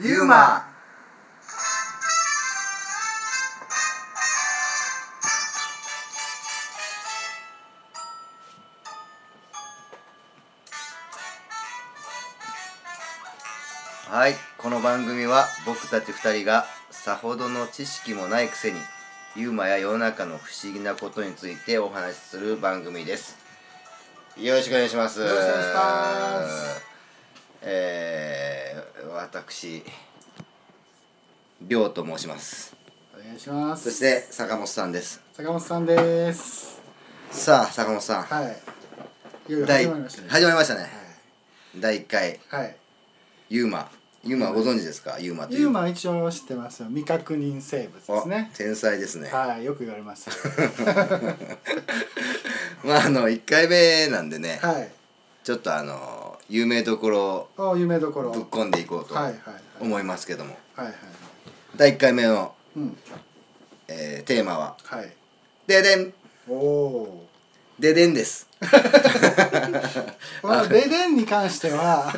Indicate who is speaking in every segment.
Speaker 1: ユーマ
Speaker 2: はいこの番組は僕たち2人がさほどの知識もないくせにユーマや世の中の不思議なことについてお話しする番組ですよろしくお願いします
Speaker 1: よろしくお願いします
Speaker 2: えー、私亮と申します
Speaker 1: お願いしま
Speaker 2: そ
Speaker 1: す
Speaker 2: して坂本さんです
Speaker 1: 坂本さんです
Speaker 2: さあ坂本さん、
Speaker 1: はいいよいよ
Speaker 2: 第
Speaker 1: 始まりましたね
Speaker 2: 始まりましたね第1回
Speaker 1: はい、はい、
Speaker 2: ユーマユーマご存知ですかユーマとい
Speaker 1: ユー
Speaker 2: う
Speaker 1: マ一応知ってますよ未確認生物ですね
Speaker 2: あ天才ですね
Speaker 1: はいよく言われ ます
Speaker 2: まああの1回目なんでね、
Speaker 1: はい
Speaker 2: ちょっとあの有名どころ
Speaker 1: お夢どこ
Speaker 2: を
Speaker 1: ろ
Speaker 2: ぶっ込んでいこうと
Speaker 1: はいはい
Speaker 2: 思いますけども、
Speaker 1: はいはい
Speaker 2: 第1回目の、
Speaker 1: うん
Speaker 2: えーテーマは
Speaker 1: はい
Speaker 2: 「ででん
Speaker 1: おお
Speaker 2: ででん」です
Speaker 1: ーまあデデンに関して は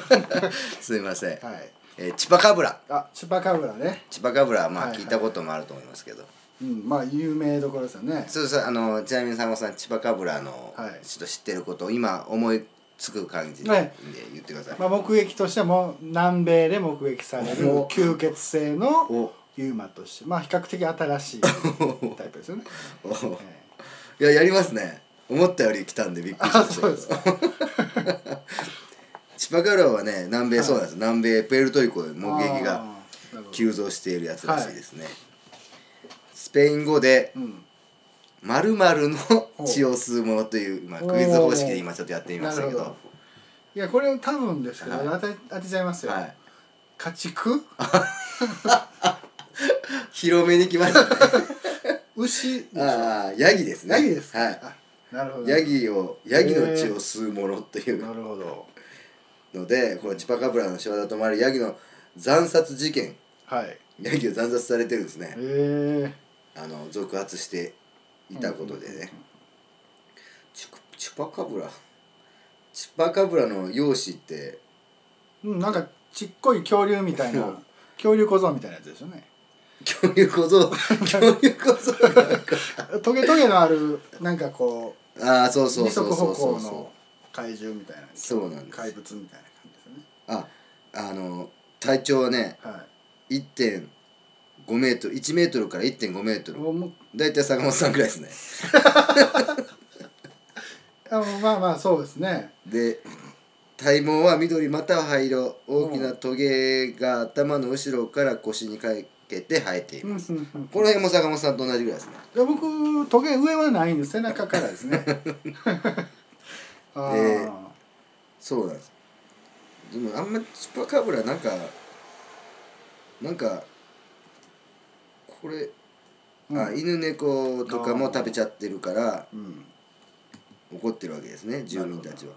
Speaker 2: すいません、
Speaker 1: はい
Speaker 2: えーチュパカブラ
Speaker 1: あチュパカブラね
Speaker 2: チュパカブラはま
Speaker 1: はい
Speaker 2: あ
Speaker 1: はい
Speaker 2: 聞いたこともあると思いますけど、
Speaker 1: うんまあ有名どころですよね
Speaker 2: そうそうあのちなみにさんまさんチュパカブラの、
Speaker 1: はい
Speaker 2: ちょっと知ってることを今思いつく感じで
Speaker 1: はい
Speaker 2: 言ってください、
Speaker 1: まあ、目撃としても南米で目撃される
Speaker 2: お
Speaker 1: 吸血性の
Speaker 2: お
Speaker 1: ユーマとしてまあ比較的新 しいタイプですよね、
Speaker 2: お
Speaker 1: ええ
Speaker 2: いややりますね思ったより来たんでびっくりし
Speaker 1: あ
Speaker 2: まし
Speaker 1: そう
Speaker 2: た
Speaker 1: ですか
Speaker 2: チュパカブラはね南米そうなんです、南米プエルトリコで目撃が
Speaker 1: あーなるほど
Speaker 2: 急増しているやつらしいですね、スペイン語で
Speaker 1: うん
Speaker 2: 「〇〇の血を吸うもの」という、まあ、
Speaker 1: おー
Speaker 2: クイズ方式で今ちょっとやってみましたけど
Speaker 1: なるほいやこれ多分ですけど、
Speaker 2: は
Speaker 1: 当て当てちゃいますよ、
Speaker 2: はい、
Speaker 1: 家畜
Speaker 2: 広めに来ました、 ね、
Speaker 1: 牛でしょ
Speaker 2: ああヤギですね
Speaker 1: ヤギですか、
Speaker 2: はい、
Speaker 1: あなるほど
Speaker 2: ヤギをヤギの血を吸うものという
Speaker 1: なるほど
Speaker 2: のでこのチュパカブラの仕業ともあるヤギの惨殺事件
Speaker 1: はいへ
Speaker 2: ヤギを惨殺されてるんですね
Speaker 1: え
Speaker 2: あの続発していたことでね、チュクチュパカブラチュパカブラの容姿って
Speaker 1: うんなんかちっこい恐竜みたいな恐竜小僧みたいなやつですよね
Speaker 2: 恐竜 小僧恐竜小僧なんか
Speaker 1: トゲトゲのあるなんかこう
Speaker 2: ああそうそう
Speaker 1: 二
Speaker 2: そ
Speaker 1: 足
Speaker 2: うそ
Speaker 1: 歩
Speaker 2: うそ
Speaker 1: 行
Speaker 2: う
Speaker 1: の怪獣みたいな
Speaker 2: そうなんです
Speaker 1: 怪物みたいな感じですよね
Speaker 2: ああの体長はね
Speaker 1: は
Speaker 2: 1.5メートル1メートルから1.5メート
Speaker 1: い
Speaker 2: ル
Speaker 1: もうもう
Speaker 2: 大体坂本さんぐらいですね
Speaker 1: あのまあまあそうですね
Speaker 2: で体毛は緑または灰色大きなトゲが頭の後ろから腰にかけて生えています
Speaker 1: うんうんうん
Speaker 2: この辺も坂本さんと同じぐらいですね
Speaker 1: いや僕トゲ上はないんです背中からです ねああ、
Speaker 2: えーそうなんですでもあんまチュパカブラなんかなんかこれ、あ
Speaker 1: うん
Speaker 2: 犬猫とかも食べちゃってるから
Speaker 1: うん
Speaker 2: 怒ってるわけですね住民たちは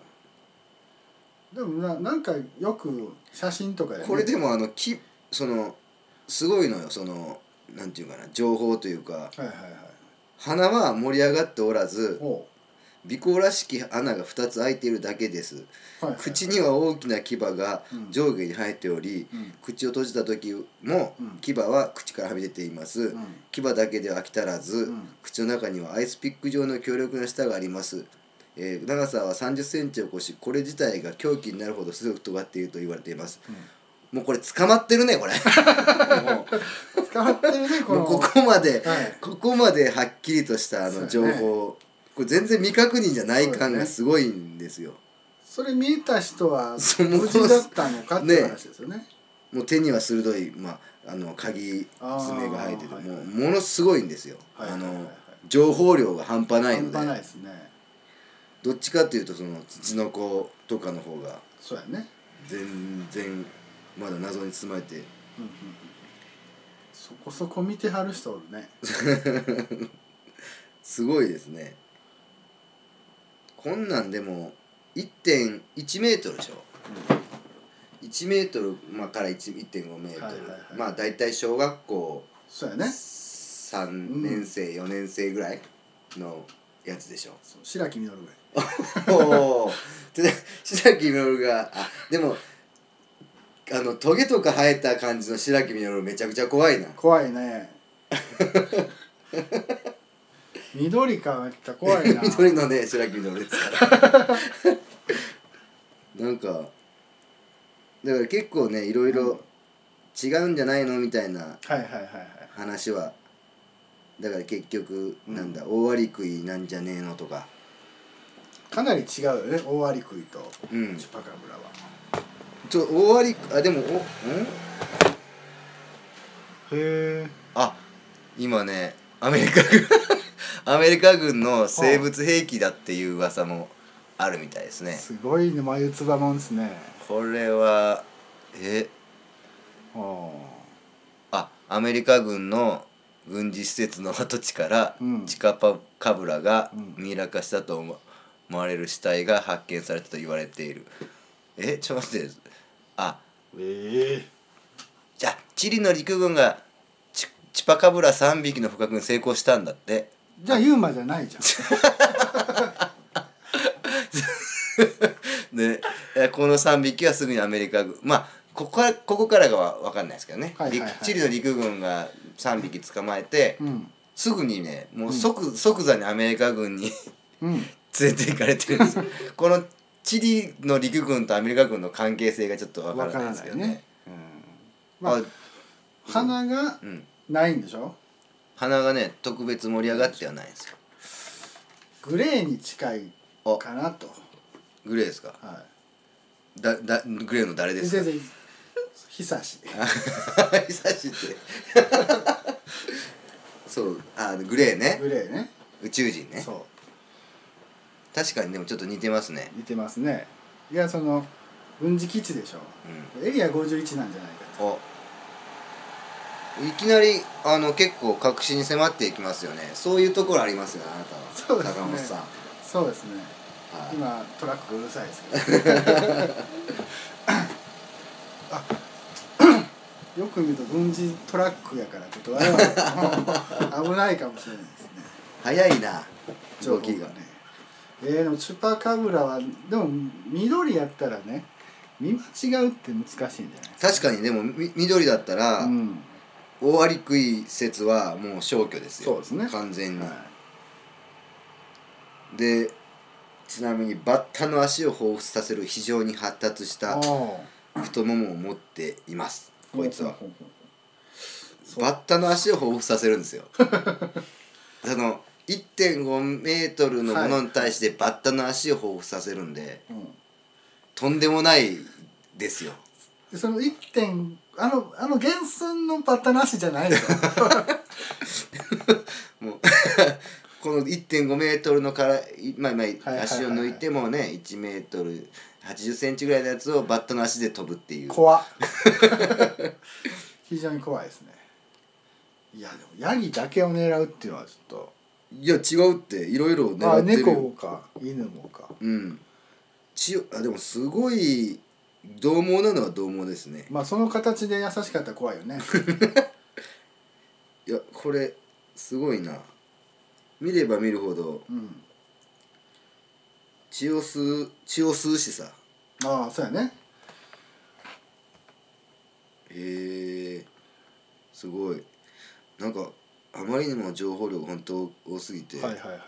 Speaker 1: でもななんかよく写真とかで、ね、
Speaker 2: これでもあのきそのすごいのよそのなんていうかな情報というか
Speaker 1: はいはいはい
Speaker 2: 花は盛り上がっておらず
Speaker 1: お
Speaker 2: 鼻孔らしき穴が2つ開いているだけです
Speaker 1: うはいはい
Speaker 2: 口には大きな牙が
Speaker 1: うん
Speaker 2: 上下に生えており、
Speaker 1: うん
Speaker 2: 口を閉じた時も
Speaker 1: うん
Speaker 2: 牙は口からはみ出ています、
Speaker 1: ん
Speaker 2: 牙だけでは飽き足らず、
Speaker 1: ん
Speaker 2: 口の中にはアイスピック状の強力な舌があります、えー長さは3 0センチを超しこれ自体が凶器になるほど強く尖っていると言われています、もうこれ捕まってるね これも
Speaker 1: 使ってるね
Speaker 2: う
Speaker 1: こ
Speaker 2: も
Speaker 1: の
Speaker 2: うここまで、
Speaker 1: はい
Speaker 2: ここまではっきりとしたあ
Speaker 1: そう
Speaker 2: の
Speaker 1: やね
Speaker 2: 情報、これ全然未確認じゃない
Speaker 1: そ
Speaker 2: 感
Speaker 1: うや
Speaker 2: が
Speaker 1: ね
Speaker 2: すごいんですよ
Speaker 1: それ見えた人は無
Speaker 2: そうもう
Speaker 1: 事だったのかっていう話ですよね
Speaker 2: もう手には鋭い、まあ、あの鍵
Speaker 1: あー
Speaker 2: 爪が生えてて
Speaker 1: はい
Speaker 2: もうものすごいんですよ、
Speaker 1: はいはいはいはい
Speaker 2: あの情報量が半端ない
Speaker 1: 半
Speaker 2: ので
Speaker 1: 端ないですね
Speaker 2: どっちかっていうとそのツチノコとかの方が
Speaker 1: そうやね
Speaker 2: 全然まだ謎に包まれて
Speaker 1: うんうんうんそこそこ見てはる人おるね
Speaker 2: すごいですねこんなんでも1.1メートルでしょ、1メートル、まあ、から1 1.5メートル、
Speaker 1: はいはいはい
Speaker 2: まあ大体小学校
Speaker 1: そうやね
Speaker 2: 3年生、4年生ぐらいのやつ でしょ
Speaker 1: そう白木みのるぐらい
Speaker 2: おお。で、白木みのるが、あ、でも。あのトゲとか生えた感じの白木みのるめちゃくちゃ怖いな
Speaker 1: 怖い ね緑かめっちゃ怖いな
Speaker 2: 緑のね白木みのるですからなんかだから結構ねいろいろ違うんじゃないのみたいな
Speaker 1: はいはいはいはい
Speaker 2: 話はだから結局
Speaker 1: うん
Speaker 2: なんだ、大割り食いなんじゃねえのとか
Speaker 1: かなり違うよね大アリクイと
Speaker 2: うん
Speaker 1: チュパカブラは
Speaker 2: ちょ大割りあでもおん
Speaker 1: へえ
Speaker 2: あ今ねアメリカ軍 アメリカ軍の生物兵器だっていう噂もあるみたいですね
Speaker 1: すごいね眉唾もんですね
Speaker 2: これはえ
Speaker 1: あー
Speaker 2: あアメリカ軍の軍事施設の跡地から
Speaker 1: うん
Speaker 2: チカパカブラが
Speaker 1: うん
Speaker 2: ミイラ化したと思思われる死体が発見されたと言われているえちょっと待ってあ
Speaker 1: ええ
Speaker 2: じゃあチリの陸軍がチチパカブラ3匹の捕獲に成功したんだって
Speaker 1: じゃあユーマじゃないじゃん
Speaker 2: でえこの3匹はすぐにアメリカ軍まあここからここからがわわかんないですけどね、
Speaker 1: はいはいはい
Speaker 2: 陸チリの陸軍が3匹捕まえて、
Speaker 1: うん
Speaker 2: すぐにねもう即,、即座にアメリカ軍に
Speaker 1: うん
Speaker 2: 連れて行かれてるんですよ このチリの陸軍とアメリカ軍の関係性がちょっとわか
Speaker 1: わ
Speaker 2: ら
Speaker 1: か
Speaker 2: ない
Speaker 1: ら
Speaker 2: です
Speaker 1: な
Speaker 2: け
Speaker 1: い
Speaker 2: ど
Speaker 1: ね
Speaker 2: ね
Speaker 1: うんま
Speaker 2: あ
Speaker 1: あ花が
Speaker 2: うん、
Speaker 1: ないんでしょ
Speaker 2: 鼻がね特別盛り上がってはないんですよ
Speaker 1: グレーに近いかなと
Speaker 2: グレーですか
Speaker 1: は
Speaker 2: だだグレーの誰
Speaker 1: い
Speaker 2: で
Speaker 1: です
Speaker 2: か
Speaker 1: 先生久し
Speaker 2: 久しぶり そうあグレーね
Speaker 1: グレーね
Speaker 2: 宇宙人ね
Speaker 1: そ
Speaker 2: 確かにでもちょっと似てますね
Speaker 1: う似てますねいやその軍事基地でしょ
Speaker 2: うん
Speaker 1: エリア51なんじゃないか
Speaker 2: おいきなりあの結構確信に迫っていきますよねそういうところありますよあなたは
Speaker 1: そうですね
Speaker 2: 高本さん
Speaker 1: とそうですね
Speaker 2: はい
Speaker 1: 今トラックがうるさいですけ どあよく見ると軍事トラックやからちょっと我々危ないかもしれないですね
Speaker 2: 早いな動き
Speaker 1: 報
Speaker 2: が
Speaker 1: ねえー、でもチュパカブラはでも緑やったらね見間違うって難しいんじゃないです
Speaker 2: 確かにでもみ緑だっ
Speaker 1: か
Speaker 2: た、
Speaker 1: らうん
Speaker 2: 大割り食い説はもう消去ですよ
Speaker 1: そうですね
Speaker 2: 完全に、
Speaker 1: は
Speaker 2: でちなみにバッタの足を彷彿させる非常に発達し
Speaker 1: い、
Speaker 2: た
Speaker 1: お
Speaker 2: 太ももを持っています
Speaker 1: ー
Speaker 2: こいつは
Speaker 1: ほうほうほう
Speaker 2: バッタの足を彷彿させるんですよ その1.5メートルのものに対してバッタの足を彷彿させるんで
Speaker 1: ほううん
Speaker 2: とんでもないですよ
Speaker 1: でその一点あのあの原寸のバッタなしじゃないですよ
Speaker 2: もうこの1.5メートルのから、いまあま
Speaker 1: はいはい
Speaker 2: あ、足を抜いてもね1メートル80センチぐらいのやつをバッタの足で飛ぶっていう
Speaker 1: 怖っ 非常に怖いですねいやでもヤギだけを狙うっていうのはちょっ
Speaker 2: いや違うっていろいろ
Speaker 1: とま
Speaker 2: 狙
Speaker 1: あ
Speaker 2: ってるよ
Speaker 1: 猫か犬もか
Speaker 2: うんちあでもすごい獰猛なのは獰猛ですね
Speaker 1: まあその形で優しかったら怖いよね
Speaker 2: いやこれすごいな見れば見るほど
Speaker 1: うん
Speaker 2: 血を吸う血を吸うしさ
Speaker 1: ああそうやね
Speaker 2: へえすごいなんかあまりにも情報量が本当多すぎて、
Speaker 1: はいはいはい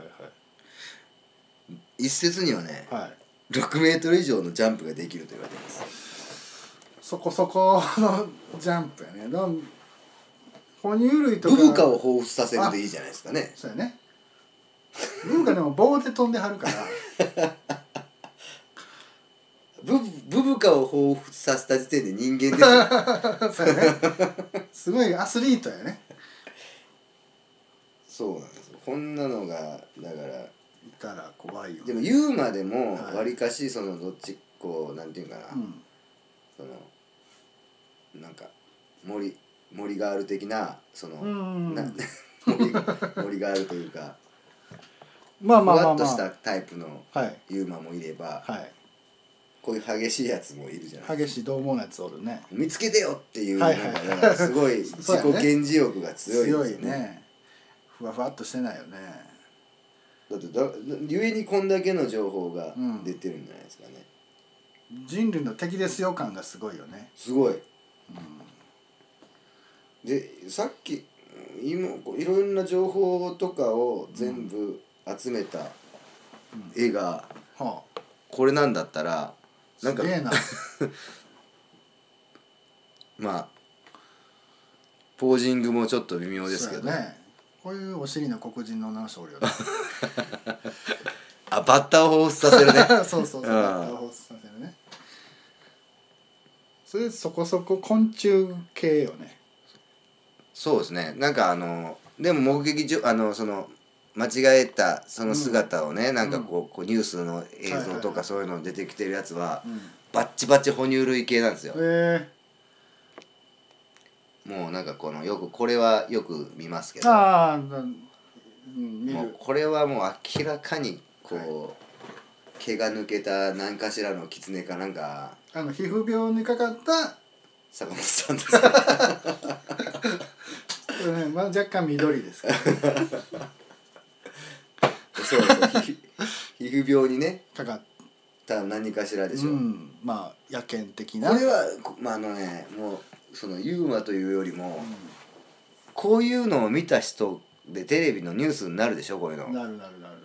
Speaker 2: 一説にはね、
Speaker 1: はいはい
Speaker 2: 6メートル以上のジャンプができると言われています
Speaker 1: そこそこの ジャンプやねどん哺乳類と
Speaker 2: ブ
Speaker 1: か
Speaker 2: ブカを彷彿させるでいいじゃないですかね
Speaker 1: そうやねブブカでも棒で飛んではるから
Speaker 2: ブブブブカを彷彿させた時点で人間ですよ
Speaker 1: そうやね。すごいアスリートやね。
Speaker 2: そうなんですよこんなのがだから
Speaker 1: いたら怖いよ。
Speaker 2: でも言うまでも
Speaker 1: はい
Speaker 2: わりかしそのどっちこうなんていうんかな、
Speaker 1: うん。
Speaker 2: そのなんか森森ガール的なその、
Speaker 1: うん
Speaker 2: な 森森ガールというか
Speaker 1: まあ
Speaker 2: ふ
Speaker 1: まあま
Speaker 2: わ
Speaker 1: あ
Speaker 2: っと
Speaker 1: ま
Speaker 2: した
Speaker 1: あ。
Speaker 2: タイプの
Speaker 1: はい。
Speaker 2: ユーマもいれば、
Speaker 1: は
Speaker 2: こういう激しいやつもいるじゃない
Speaker 1: い。激しい獰猛なやつおるね。
Speaker 2: 見つけてよっていうな
Speaker 1: は
Speaker 2: ん
Speaker 1: いはい
Speaker 2: かだからすごい自
Speaker 1: そう
Speaker 2: 己
Speaker 1: やね
Speaker 2: 顕示欲が強い
Speaker 1: 強
Speaker 2: です
Speaker 1: い
Speaker 2: よね
Speaker 1: ね。ふわふわっとしてないよね。
Speaker 2: だってだゆえにこんだけの情報が
Speaker 1: うん
Speaker 2: 出てるんじゃないですかね、
Speaker 1: 人類の敵ですよ感がすごいよね
Speaker 2: すごい、でさっき今こういろんな情報とかを全部集めた絵が
Speaker 1: はあ
Speaker 2: これなんだったらなん
Speaker 1: す
Speaker 2: か
Speaker 1: げえな
Speaker 2: まあポージングもちょっと微妙ですけど、
Speaker 1: そうやねこういうお尻の黒人の女の人おるよね
Speaker 2: あバッターを彷彿させるね
Speaker 1: そうそうそう
Speaker 2: うん
Speaker 1: バッターを彷彿させるねそれそこそこ昆虫系よね
Speaker 2: そうですねなんかあのでも目撃じょあのその間違えたその姿をね、なんかこうこうニュースの映
Speaker 1: はい
Speaker 2: 像
Speaker 1: はい
Speaker 2: と
Speaker 1: は
Speaker 2: か
Speaker 1: い
Speaker 2: そういうの出てきてるやつは、
Speaker 1: うん
Speaker 2: バッチバチ哺乳類系なんですよ、
Speaker 1: え
Speaker 2: もうなんかこのよくこれはよく見ますけ
Speaker 1: ー、
Speaker 2: ど
Speaker 1: ああうん見
Speaker 2: もう
Speaker 1: る
Speaker 2: これはもう明らかにこう、毛が抜けた何かしらの狐かなんか
Speaker 1: あの皮膚病にかかった
Speaker 2: 坂本さんです か
Speaker 1: これねまあ、若干緑ですから
Speaker 2: そうそう皮膚皮膚病にね
Speaker 1: かかった
Speaker 2: 多分何かしらでしょ、
Speaker 1: うん、まあ野犬的な
Speaker 2: これはこまああのねもうそのユーマというよりも、こういうのを見た人でテレビのニュースになるでしょこういうの
Speaker 1: なるなるなるなる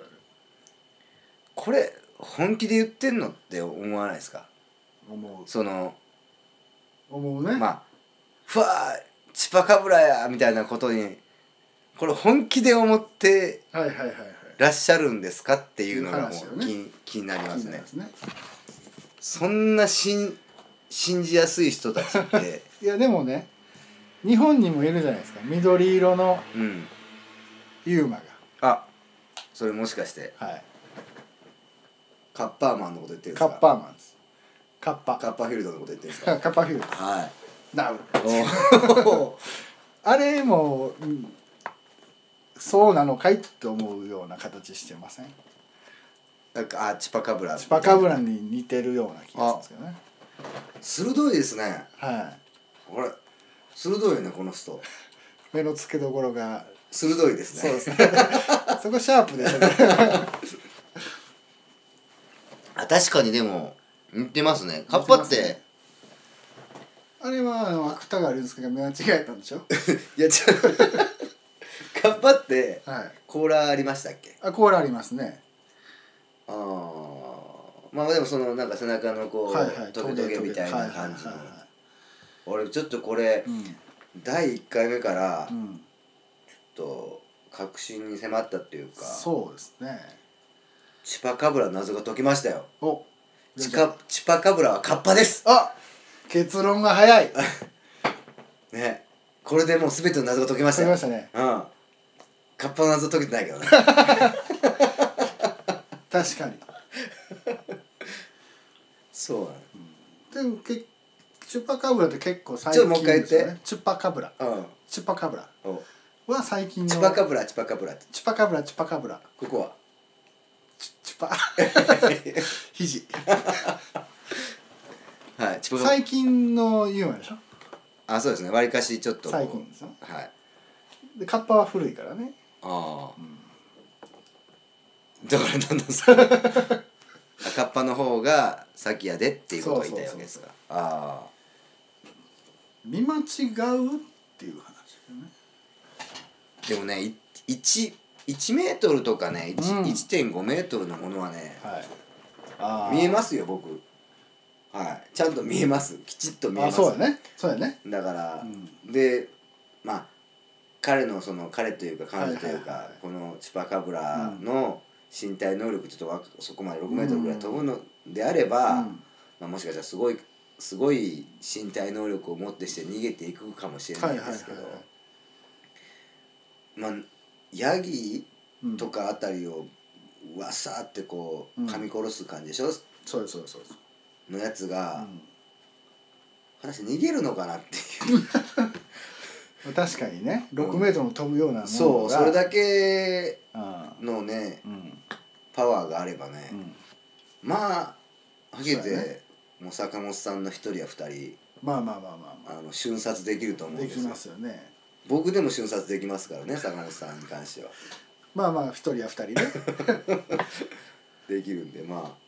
Speaker 2: これ本気で言ってんのって思わないですか
Speaker 1: 思
Speaker 2: その
Speaker 1: う思うね、
Speaker 2: まあ「ふわーチパカブラや!」みたいなことにこれ本気で思って
Speaker 1: はいはいはいはい
Speaker 2: らっしゃるんですかっていうのがも
Speaker 1: いうう話
Speaker 2: 気,、
Speaker 1: よ
Speaker 2: 気になります
Speaker 1: 気になり
Speaker 2: ね
Speaker 1: ま。すね
Speaker 2: そんなしん信じやすい人たちって、
Speaker 1: いやでもね日本にもいるじゃないですか緑色の
Speaker 2: うん、
Speaker 1: ユーマ
Speaker 2: あそれもしかして
Speaker 1: がはい
Speaker 2: カッパーマンのこと言ってるんで
Speaker 1: カ
Speaker 2: すか
Speaker 1: ッパーマンですカッパ
Speaker 2: カッパーフィールドのこと言ってるんです
Speaker 1: カ
Speaker 2: か
Speaker 1: ッパフ ィールド
Speaker 2: はい
Speaker 1: ダウン
Speaker 2: おー
Speaker 1: あれも、うんそうなのかいって思うような形してません
Speaker 2: なんかあチパカブラ
Speaker 1: チパカブラに似てるような気がするんです
Speaker 2: 鋭いですね
Speaker 1: けどねはい
Speaker 2: あれ鋭いよねこの人
Speaker 1: 目の付けどころが
Speaker 2: 鋭いです
Speaker 1: そう
Speaker 2: ね
Speaker 1: ですね そこシャー プでしたね
Speaker 2: あ確かにでも似てますねカッパって、
Speaker 1: あれはあの芥川龍之介が見間違えたんでしょ
Speaker 2: いやちょ カッパって
Speaker 1: はい
Speaker 2: 甲羅ありましたっけ
Speaker 1: あコーラありますね
Speaker 2: ああまあでもそのなんか背中のこう、
Speaker 1: はいはい
Speaker 2: トゲトゲみたいな感じの、俺ちょっとこれ、
Speaker 1: うん
Speaker 2: 第1回目か
Speaker 1: う
Speaker 2: らちょっ
Speaker 1: ん
Speaker 2: と確信に迫ったっていうか
Speaker 1: そうですね
Speaker 2: チパカブラの謎が解きましたよ
Speaker 1: お
Speaker 2: チカチパカブラはカッパです
Speaker 1: あ結論が早い
Speaker 2: ねこれでもう全ての謎が解けました
Speaker 1: 解けましたね
Speaker 2: うんカッパの謎解けてないけ どね
Speaker 1: 確かに
Speaker 2: そうなの
Speaker 1: でもけチュッパカブラって結構最
Speaker 2: ちょっ
Speaker 1: 近
Speaker 2: ともう一回言って
Speaker 1: ですよねチュッパカブラ
Speaker 2: うん
Speaker 1: チュッパカブラ
Speaker 2: お
Speaker 1: は最近の
Speaker 2: チパカブラチパカブラって
Speaker 1: チュッパカブラチュッパカブラ
Speaker 2: こ こは
Speaker 1: チュチュパ 肘
Speaker 2: はいチパカブラ
Speaker 1: 最近のユーマでしょ
Speaker 2: あそうですねわりかしちょっとこう
Speaker 1: 最近ですよ
Speaker 2: はい
Speaker 1: でカッパは古いからね
Speaker 2: ああ、だからどんどんさ赤っ端の方が先やでっていうことを言いたいわけですがあ
Speaker 1: 見間違うっていう話ですよね
Speaker 2: あでもねい一一メートルとかね一
Speaker 1: うん
Speaker 2: 1.5メートルのものはね
Speaker 1: はいあ
Speaker 2: 見えますよ僕はいちゃんと見えますきちっと見え
Speaker 1: あ
Speaker 2: ます
Speaker 1: そうだねそうだね
Speaker 2: だから、
Speaker 1: う
Speaker 2: でまあ彼のその彼というか彼女というか、
Speaker 1: はいはいはいはい
Speaker 2: このチュパカブラの身体能力ちょっとわかそこまで6メートルぐらい飛ぶのであれ
Speaker 1: う
Speaker 2: ば、
Speaker 1: ん
Speaker 2: まあ、もしかしたらすごいすごい身体能力を持ってして逃げていくかもしれないですけど、
Speaker 1: はいはい
Speaker 2: まあヤギ
Speaker 1: うん
Speaker 2: とかあたりをわさーってこう
Speaker 1: うん
Speaker 2: 噛み殺す感じでしょ、
Speaker 1: そうですそうですそうです
Speaker 2: のやつが、
Speaker 1: う
Speaker 2: 果たして逃げるのかなってい う。
Speaker 1: ん確かにね6メートルも飛ぶようなものが
Speaker 2: そうそれだけ
Speaker 1: あ
Speaker 2: のね
Speaker 1: ーうん
Speaker 2: パワーがあればね、
Speaker 1: うん
Speaker 2: まあはっきり言って、
Speaker 1: そうやね
Speaker 2: もう坂本さんの一人や二人
Speaker 1: まあまあまあまあ
Speaker 2: あの瞬殺できると
Speaker 1: ま
Speaker 2: 思
Speaker 1: あ
Speaker 2: うん
Speaker 1: で
Speaker 2: で
Speaker 1: き
Speaker 2: すよ
Speaker 1: ますよね
Speaker 2: 僕でも瞬殺できますからね坂本さんに 関しては
Speaker 1: まあまあ一人や二人ね
Speaker 2: できるんでまあ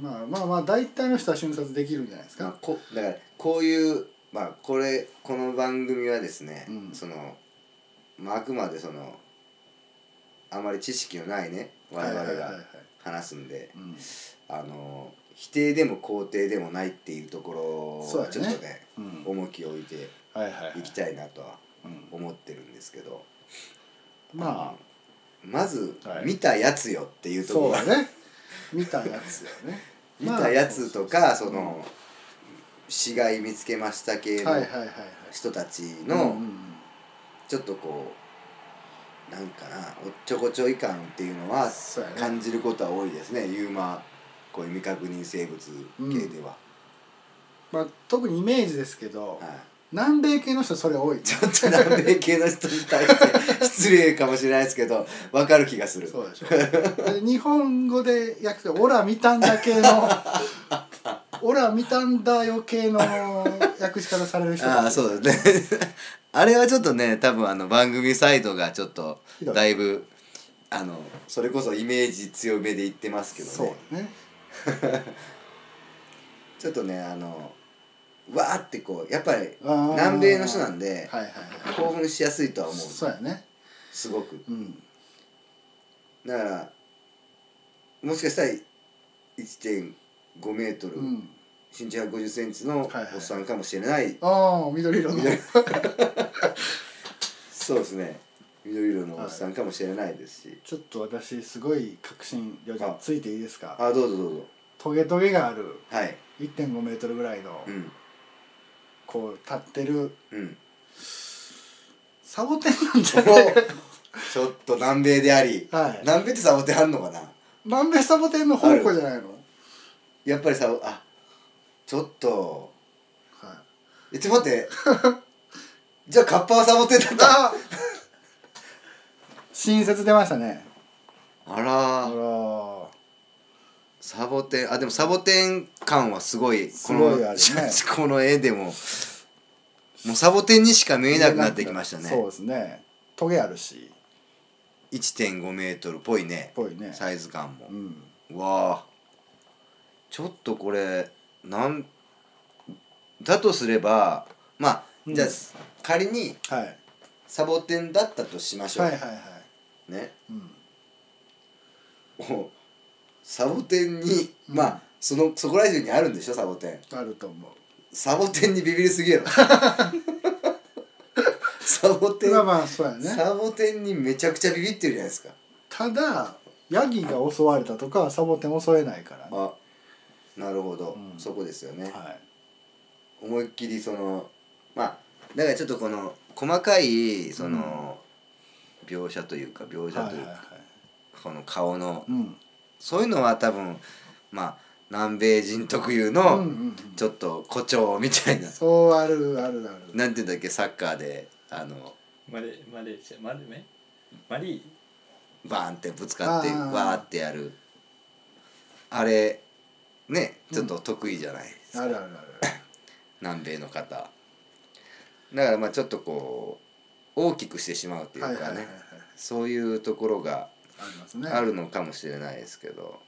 Speaker 1: まあまあまあ大体の人は瞬殺できるんじゃないです
Speaker 2: まあ
Speaker 1: か
Speaker 2: こだからこういうまあこれこの番組はですね、
Speaker 1: うん
Speaker 2: その、まあ、あくまでそのあまり知識のないね我々
Speaker 1: はいはいはいは
Speaker 2: が
Speaker 1: い
Speaker 2: 話すんで
Speaker 1: うん
Speaker 2: あの否定でも肯定でもないっていうところ
Speaker 1: そう
Speaker 2: を
Speaker 1: やね
Speaker 2: ちょっとね
Speaker 1: うん
Speaker 2: 重きを置いて
Speaker 1: はいはいはい
Speaker 2: いきたいなとは
Speaker 1: うん
Speaker 2: 思ってるんですけど
Speaker 1: ま
Speaker 2: まず、
Speaker 1: はい
Speaker 2: 見たやつよってい
Speaker 1: あ
Speaker 2: うとこ
Speaker 1: そう
Speaker 2: ろ
Speaker 1: だね見たやつよね
Speaker 2: 見たやつとかそ
Speaker 1: うん
Speaker 2: の死骸見つけました系
Speaker 1: はいはい
Speaker 2: の
Speaker 1: はいはい
Speaker 2: 人たち
Speaker 1: う
Speaker 2: の
Speaker 1: んうん
Speaker 2: ちょっとこうなんかなおっちょこちょい感っていうのは
Speaker 1: そうやね
Speaker 2: 感じることは多いですねユーマこういう未確認生物系では、
Speaker 1: まあ特にイメージですけど
Speaker 2: はい、
Speaker 1: 南米系の人それ多いね
Speaker 2: ちょっと南米系の人に対して失礼かもしれないですけど分かる気がする
Speaker 1: そうでしょで日本語で訳すと「オラ見たんだ」系 の「オラ見たんだよ」系の訳し方される人
Speaker 2: ああそうだね あれはちょっとね多分あの番組サイトがちょっと
Speaker 1: ひどい
Speaker 2: だいぶあのそれこそイメージ強めで言ってますけどね
Speaker 1: そうね
Speaker 2: ちょっとねあのわーってこうやっぱり
Speaker 1: あー
Speaker 2: 南米の人なんで、
Speaker 1: はいはいはい
Speaker 2: 興奮しやすいとは思う
Speaker 1: そうやね
Speaker 2: すごく
Speaker 1: うん
Speaker 2: だからもしかしたら1.5メートル、
Speaker 1: うん
Speaker 2: 身長1 5 0センチの
Speaker 1: はいはい
Speaker 2: おっさんかもしれない、
Speaker 1: ああ緑色の
Speaker 2: 緑そうですね緑色のおっさんかもしれないですし、
Speaker 1: ちょっと私すごい確信よじゃん
Speaker 2: あ
Speaker 1: ついていいですか
Speaker 2: あどうぞどうぞ
Speaker 1: トゲトゲがある
Speaker 2: はい
Speaker 1: 1 5メートルぐらいの
Speaker 2: うん
Speaker 1: こう立ってる
Speaker 2: うん
Speaker 1: サボテンなんじ
Speaker 2: こ
Speaker 1: ゃ
Speaker 2: の
Speaker 1: ない
Speaker 2: ちょっと南米であり、
Speaker 1: はい
Speaker 2: 南米ってサボテンあんのかな
Speaker 1: 南米サボテンの宝庫じゃないの
Speaker 2: やっぱりさあちょっと
Speaker 1: はい
Speaker 2: えちょっと待って じゃあカッパはサボテンだった
Speaker 1: あ新説出ましたね
Speaker 2: あ
Speaker 1: あ
Speaker 2: ら
Speaker 1: ら
Speaker 2: ー
Speaker 1: ー
Speaker 2: サボテンあでもサボテン感はすごい
Speaker 1: すごいあるね
Speaker 2: この絵でももうサボテンにしか見えなくなってきましたね
Speaker 1: そうですねトゲあるし
Speaker 2: 1 5メートルっぽいね
Speaker 1: ぽいね
Speaker 2: サイズ感も
Speaker 1: うん
Speaker 2: わあちょっとこれなんだとすればまあじゃあ、
Speaker 1: うん
Speaker 2: 仮に
Speaker 1: はいはい
Speaker 2: サボテンだったとしましょう、
Speaker 1: はいはい
Speaker 2: ね
Speaker 1: うん
Speaker 2: おサボテンに、まあそのそこら中にあるんでしょサボテン
Speaker 1: あると思う
Speaker 2: サボテンにビビりすぎや ろサボテン、
Speaker 1: まあまあそうやね
Speaker 2: サボテンにめちゃくちゃビビってるじゃないですか
Speaker 1: ただヤギが襲われたとかはサボテン襲えないからね
Speaker 2: あなるほど、
Speaker 1: うん
Speaker 2: そこですよね、
Speaker 1: は
Speaker 2: 思いっきりそのまあだからちょっとこの細かいその、描写というか描
Speaker 1: い
Speaker 2: 写
Speaker 1: はいは
Speaker 2: と
Speaker 1: い
Speaker 2: いうか、
Speaker 1: はい
Speaker 2: この顔の、
Speaker 1: うん
Speaker 2: そういうのは多分まあ南米人特有
Speaker 1: うんう
Speaker 2: の
Speaker 1: ん
Speaker 2: ちょっと誇張みたいな、
Speaker 1: そうあるあるある
Speaker 2: なんていうんだっけサッカーであの
Speaker 3: マレマレーシアマレメマリ
Speaker 2: バーンってぶつかって
Speaker 1: あー
Speaker 2: わーってやるあれねちょっと得意じゃない、
Speaker 1: あるあるある
Speaker 2: 南米の方だからまあちょっとこう大きくしてしまうというか
Speaker 1: はい
Speaker 2: ね、
Speaker 1: はいはいはい
Speaker 2: そういうところが
Speaker 1: ありますね
Speaker 2: あるのかもしれないですけど、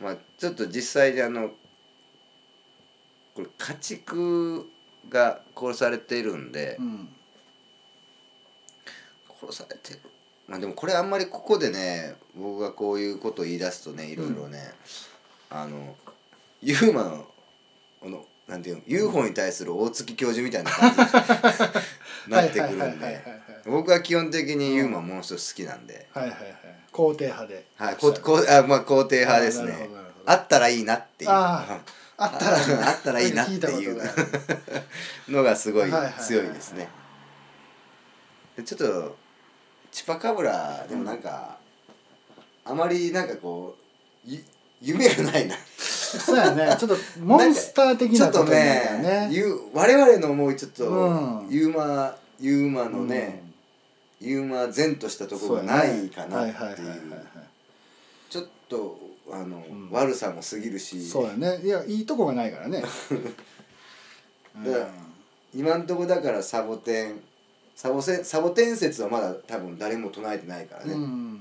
Speaker 2: まあちょっと実際にあのこれ家畜が殺されてるんで、
Speaker 1: うん
Speaker 2: 殺されてるまあでもこれあんまりここでね僕がこういうことを言い出すとねいろいろね、あのユーマのこのなんていうの UFO に対する大月教授みたいな感 じになってくるん
Speaker 1: はいはいはいはいは
Speaker 2: で
Speaker 1: いはい
Speaker 2: 僕は基本的にユーマものすごく好きなんで、
Speaker 1: はいはいはい肯定派で
Speaker 2: はい、こうこうあまあ肯定派です
Speaker 1: あなる
Speaker 2: ね
Speaker 1: ほどなるほど
Speaker 2: あったらいいなっていう
Speaker 1: ああったらいいな
Speaker 2: あったらいいなってい う
Speaker 1: 聞たことがある
Speaker 2: のがすごい
Speaker 1: はいはいはいはい
Speaker 2: 強いですねでちょっとチュパカブラでもなんかあまりなんかこうゆ夢がないな
Speaker 1: そうやねちょっとモンスター的
Speaker 2: ちょ
Speaker 1: な
Speaker 2: っ
Speaker 1: こととになるよ
Speaker 2: ねゆ我々の思うちょっと、
Speaker 1: うん
Speaker 2: ユーマユーマのね、
Speaker 1: うん
Speaker 2: ユーマ善としたところがないかなっていうちょっとあの、
Speaker 1: ん
Speaker 2: 悪さも過ぎるし
Speaker 1: そうやねいやいいとこがない からねうん
Speaker 2: だから今んとこだからサボテンサボせサボテン説はまだ多分誰も唱えてないからね、
Speaker 1: うん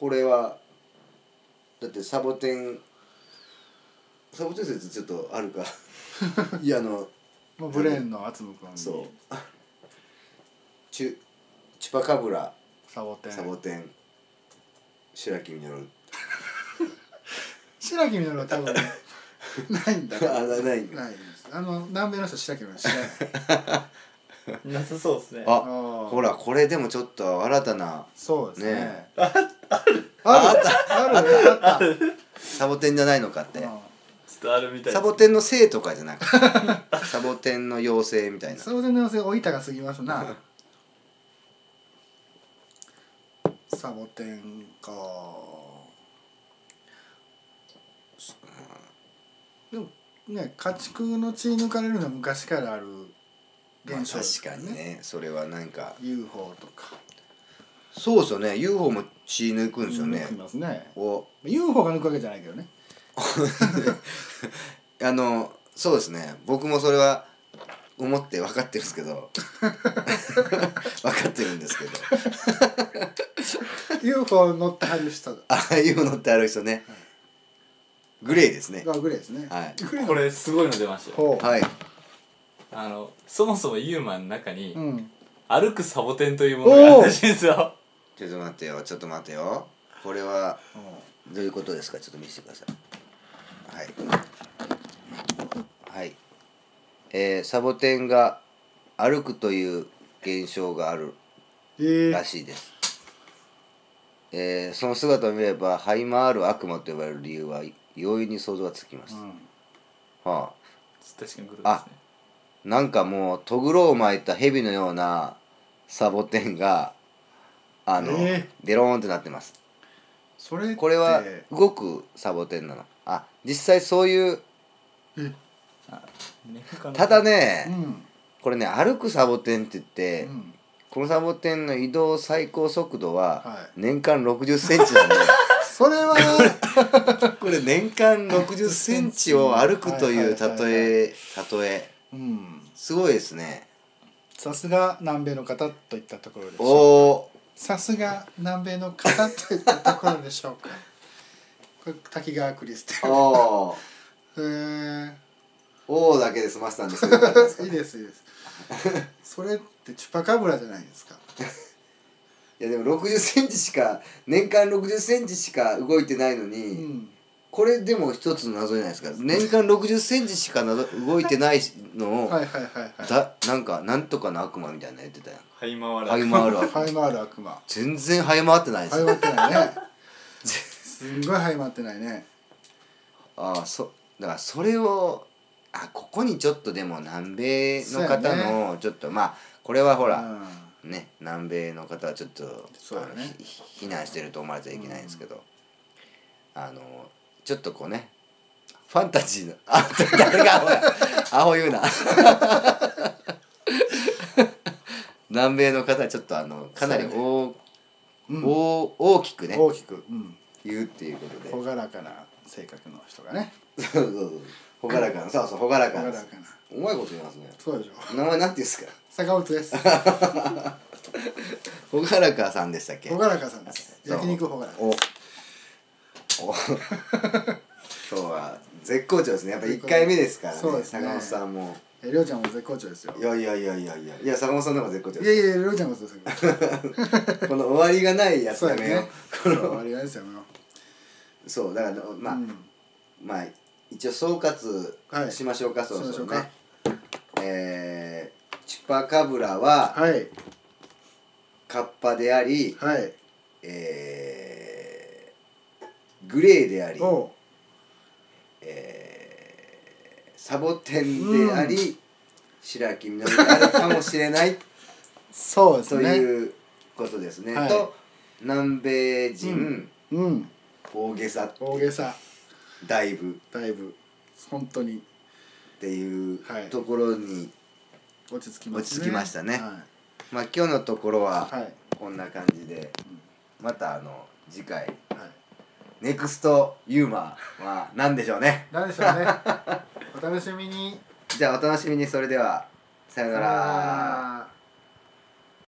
Speaker 2: これはだってサボテンサボテン説ちょっとある かいやあの
Speaker 1: もうブレーンの厚むくん
Speaker 2: そうチュチュパカブラ
Speaker 1: サボテン
Speaker 2: サボテン白木みのる
Speaker 1: 白木みのるは多分 ないんだ
Speaker 2: あなない
Speaker 1: ないですあの南米の人白木みのる知らない
Speaker 3: なさそうですね
Speaker 2: あ
Speaker 1: ー
Speaker 2: ほらこれでもちょっと新たな
Speaker 1: そうですね
Speaker 2: ね
Speaker 1: ああるあるあったある
Speaker 2: サボテンじゃないのかって
Speaker 3: ちょっとあるみたい
Speaker 2: サボテンのせいとかじゃなくて サボテンの妖精みたいな
Speaker 1: サボテンの妖精お板が過ぎますなサボテンかでもね家畜の血抜かれるのは昔からある
Speaker 2: まあ
Speaker 1: 現象です
Speaker 2: 確かにねそれはなんか
Speaker 1: UFO とか
Speaker 2: そうですよね UFO も血抜くんですよね
Speaker 1: 抜きますね
Speaker 2: お
Speaker 1: UFO が抜くわけじゃないけどね
Speaker 2: あのそうですね僕もそれは思って分かってるんですけ ど分かってるんですけど
Speaker 1: UFO 乗ってはる人が
Speaker 2: ああいうのってある人ねグレーですね
Speaker 1: グレーですね
Speaker 2: はい
Speaker 1: グレー
Speaker 3: これすごいの出ましたよ
Speaker 1: ほう、
Speaker 2: はい
Speaker 3: あのそもそもユーマンの中に
Speaker 1: うん、
Speaker 3: 歩くサボテンというものがあるらしいんですよ
Speaker 2: ちょっと待ってよちょっと待ってよこれはどういうことですかちょっと見せてくださいはいはいえーサボテンが歩くという現象がある
Speaker 1: えー
Speaker 2: らしいです、えーその姿を見れば這い回る悪魔と呼ばれる理由は容易に想像がつきます、
Speaker 1: うん
Speaker 2: は
Speaker 3: 確かにグル
Speaker 2: あ
Speaker 3: ー
Speaker 2: あ、
Speaker 3: プ
Speaker 2: なんかもうとぐろを巻いた蛇のようなサボテンがあの、
Speaker 1: え
Speaker 2: デローンってなってます
Speaker 1: それって
Speaker 2: これは動くサボテンなのあ実際そういう
Speaker 3: ですね
Speaker 2: ただ
Speaker 3: ね
Speaker 2: ね、
Speaker 1: うん
Speaker 2: これね歩くサボテンって言っ
Speaker 1: う
Speaker 2: て、
Speaker 1: ん
Speaker 2: このサボテンの移動最高速度
Speaker 1: は
Speaker 2: はい年間6 0センチなんで
Speaker 1: それは
Speaker 2: これ年間6 0ンチを歩くと
Speaker 1: はいは
Speaker 2: いう
Speaker 1: いはいはい
Speaker 2: 例え例え
Speaker 1: うん
Speaker 2: すごいですね
Speaker 1: さすが南米の方といったところでし
Speaker 2: お
Speaker 1: ょう
Speaker 2: お
Speaker 1: さすが南米の方といったところでしょう かこれ滝川クリステ
Speaker 2: ー
Speaker 1: ル
Speaker 2: おー
Speaker 1: へー
Speaker 2: おーだけで済ませたんですけどよか ったですか
Speaker 1: いいですいいですそれってチュパカブラじゃないですか
Speaker 2: いやでも6 0ンチしか年間6 0ンチしか動いてないのに、
Speaker 1: うん
Speaker 2: これでも一つの謎じゃないですか年間6 0ンチしか謎動いてないのを、
Speaker 1: はいはいはい
Speaker 2: だなんかなんとかの悪魔みたいなの言ってたやん
Speaker 3: 這い回
Speaker 2: 這
Speaker 3: ら
Speaker 2: い回る わ
Speaker 1: はいはい回る悪魔
Speaker 2: 全然這い回ってないです
Speaker 1: はい回ってないねすんごいはい回ってないね
Speaker 2: ああそだからそれをあここにちょっとでも南米の方
Speaker 1: そうや
Speaker 2: のちょっと、まあこれはほ
Speaker 1: ほ
Speaker 2: ら、ね南米の方はちょっと
Speaker 1: そうだね
Speaker 2: あのひひ避難してると思われちゃいけないんですけど、あのちょっとこうねファンタジーのあ誰がアホやアホ 言うな南米の方はちょっとあのかな
Speaker 1: そ
Speaker 2: り
Speaker 1: う
Speaker 2: 大、
Speaker 1: うん
Speaker 2: 大大きくね
Speaker 1: 大きくうん
Speaker 2: 言うっていうことで
Speaker 1: 朗らかな性格の人がね
Speaker 2: そうそうそう ほがらかなそうそうほがら
Speaker 1: 朗
Speaker 2: かな
Speaker 1: らかな
Speaker 2: うまいこと言いますね
Speaker 1: そうでしょ
Speaker 2: 名前なんて言うんですか
Speaker 1: 坂本 です
Speaker 2: ほがらかさんでしたっけ
Speaker 1: ほがらかさんです。焼肉ほがらか。
Speaker 2: おお今日は絶好調ですねやっぱ一回目ですからね
Speaker 1: そうですね
Speaker 2: 坂本さんも
Speaker 1: え、りょうちゃんも絶好調ですよ。
Speaker 2: いやいやいやいやいやいや坂本さんの方が絶好調
Speaker 1: い
Speaker 2: で
Speaker 1: やいや、りょうちゃんもそうですよ。
Speaker 2: すこの終わりがないやつ
Speaker 1: そう
Speaker 2: だ
Speaker 1: や
Speaker 2: ね
Speaker 1: ね。そう、ありがですよ。も
Speaker 2: そうだから
Speaker 1: う
Speaker 2: まあ、
Speaker 1: うん
Speaker 2: まあ一応総
Speaker 1: はい
Speaker 2: 括しましょうか、そ
Speaker 1: し
Speaker 2: うそ
Speaker 1: ましょ
Speaker 2: う
Speaker 1: う
Speaker 2: ね
Speaker 1: か
Speaker 2: えー、チュパカブラは
Speaker 1: はい。
Speaker 2: カッパであり、
Speaker 1: はい。
Speaker 2: えー、グレーであり、
Speaker 1: おう。
Speaker 2: えーサボテンであり、白木みのりであるかもしれない
Speaker 1: そうです
Speaker 2: と
Speaker 1: ね。
Speaker 2: いうことですね。
Speaker 1: はい
Speaker 2: と南米人、
Speaker 1: うんうん。
Speaker 2: 大げさ
Speaker 1: 大げさ。
Speaker 2: だいぶっ
Speaker 1: だいぶ。本当に。
Speaker 2: ていう
Speaker 1: はい
Speaker 2: ところに、
Speaker 1: 落ち着きます、ね。
Speaker 2: 落ち着きましたね
Speaker 1: は
Speaker 2: まあ今日のところ
Speaker 1: い。は。
Speaker 2: はいこんな感じで、またあの次回
Speaker 1: はい。
Speaker 2: ネクストユーマーは何でしょうね。
Speaker 1: なんでしょうね。お楽しみに。
Speaker 2: じゃあお楽しみにそれではさようなら。
Speaker 1: さよなら